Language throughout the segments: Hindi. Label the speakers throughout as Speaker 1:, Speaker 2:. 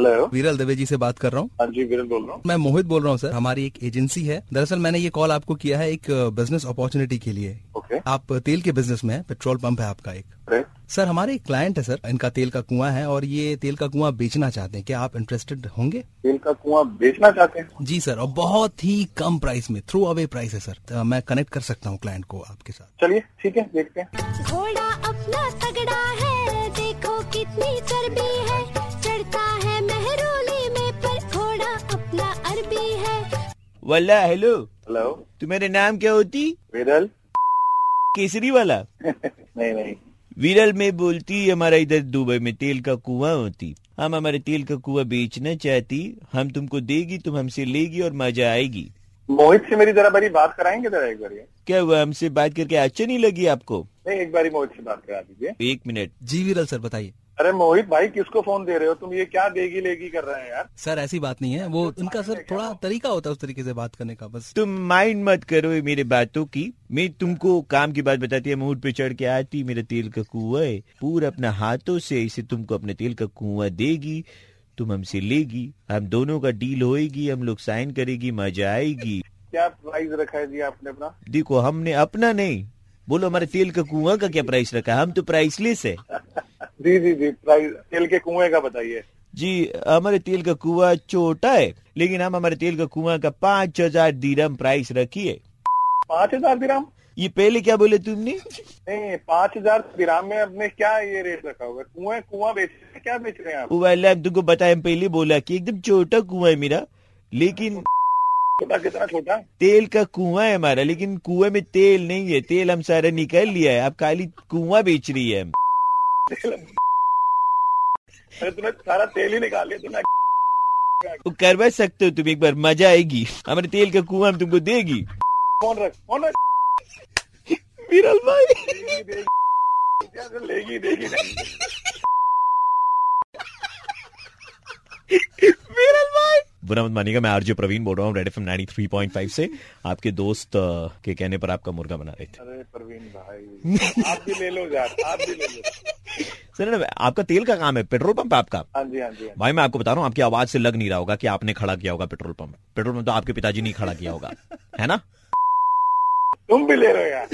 Speaker 1: विरल दवे जी से बात कर रहा हूँ
Speaker 2: हाँ जी विरल बोल रहा हूँ
Speaker 1: मैं मोहित बोल रहा हूँ सर हमारी एक एजेंसी है दरअसल मैंने ये कॉल आपको किया है एक बिजनेस अपॉर्चुनिटी के लिए
Speaker 2: ओके
Speaker 1: आप तेल के बिजनेस में हैं पेट्रोल पंप है आपका एक
Speaker 2: राइट
Speaker 1: सर हमारे एक क्लाइंट है सर इनका तेल का कुआं है और ये तेल का कुआं बेचना चाहते हैं क्या आप इंटरेस्टेड होंगे
Speaker 2: तेल का कुआं बेचना चाहते हैं
Speaker 1: जी सर और बहुत ही कम प्राइस में थ्रू अवे प्राइस है सर तो मैं कनेक्ट कर सकता हूँ क्लाइंट को आपके साथ
Speaker 2: चलिए ठीक है देखते हैं
Speaker 3: घोड़ा अपना तगड़ा है देखो कितनी चर्बी है चढ़ता है मेहरोली में पर घोड़ा अपना अरबी है
Speaker 4: वाला हेलो
Speaker 2: हेलो
Speaker 4: तुम्हारे नाम क्या होती
Speaker 2: विरल
Speaker 4: केसरी वाला
Speaker 2: नहीं नहीं
Speaker 4: विरल में बोलती हमारा इधर दुबई में तेल का कुआं होती हम हमारे तेल का कुआं बेचना चाहती हम तुमको देगी तुम हमसे लेगी और मजा आएगी
Speaker 2: मोहित से मेरी जरा बारी बात कराएंगे जरा एक बारी
Speaker 4: क्या हुआ हमसे बात करके अच्छा नहीं लगी आपको
Speaker 2: नहीं एक बारी मोहित से बात करा दीजिए
Speaker 4: एक मिनट
Speaker 1: जी विरल सर बताइए
Speaker 2: अरे मोहित भाई किसको फोन दे रहे हो तुम ये क्या देगी लेगी कर रहे हैं यार
Speaker 1: सर ऐसी बात नहीं है वो उनका सर थोड़ा तरीका होता है उस तरीके से बात करने का बस
Speaker 4: तुम माइंड मत करो ये मेरे बातों की मैं तुमको काम की बात बताती है मूड पे चढ़ के आती मेरा तेल का कुआ है पूरा अपना हाथों से इसे तुमको अपने तेल का कुआ देगी तुम हमसे लेगी हम दोनों का डील होएगी हम लोग साइन करेगी मजा आएगी
Speaker 2: क्या प्राइस रखा है जी आपने अपना
Speaker 4: देखो हमने अपना नहीं बोलो हमारे तेल का कुआ का क्या प्राइस रखा है? हम तो प्राइसलेस है
Speaker 2: जी जी जी प्राइस तेल के कुएं का बताइए
Speaker 4: जी हमारे तेल का कुआ छोटा है लेकिन हम हमारे तेल का कुआ का पाँच हजार दीरम प्राइस रखी है
Speaker 2: पाँच हजार ग्राम
Speaker 4: ये पहले क्या बोले तुमने
Speaker 2: नहीं पाँच हजार ग्राम में आपने क्या ये रेट रखा होगा कुएं कुआं बेच रहे हैं क्या बेच रहे हैं आप
Speaker 4: वो वाला हम तुमको बताया पहले बोला कि एकदम छोटा कुआं है मेरा लेकिन
Speaker 2: छोटा कितना छोटा
Speaker 4: तेल का कुआं है हमारा लेकिन कुएं में तेल नहीं है तेल हम सारा निकाल लिया है अब खाली कुआं बेच रही है हम।
Speaker 2: अरे तूने सारा तेल ही निकाल लिया तूने
Speaker 4: वो करवा सकते हो तुम एक बार मजा आएगी हमारे तेल का कुआं हम तुमको देगी
Speaker 2: फोन रख फोन रख
Speaker 4: विरल भाई
Speaker 2: लेगी देगी नहीं
Speaker 4: विरल भाई बुरा मत मानिएगा मैं आरजे प्रवीण बोल रहा हूँ रेड एफएम 93.5 से आपके दोस्त अ, के कहने पर आपका मुर्गा बना रहे थे
Speaker 2: अरे प्रवीण भाई आप भी ले लो यार आप भी ले लो
Speaker 4: सर ना, आपका तेल का काम है पेट्रोल पंप है आपका
Speaker 2: हाँ जी हाँ जी हाँ जी।
Speaker 4: भाई मैं आपको बता रहा हूँ आपकी आवाज से लग नहीं रहा होगा कि आपने खड़ा किया होगा पेट्रोल पंप पेट्रोल पंप तो आपके पिताजी ने ही खड़ा किया होगा है ना
Speaker 2: तुम भी ले रहे हो यार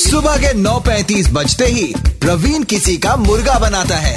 Speaker 5: सुबह के 9:35 बजते ही प्रवीण किसी का मुर्गा बनाता है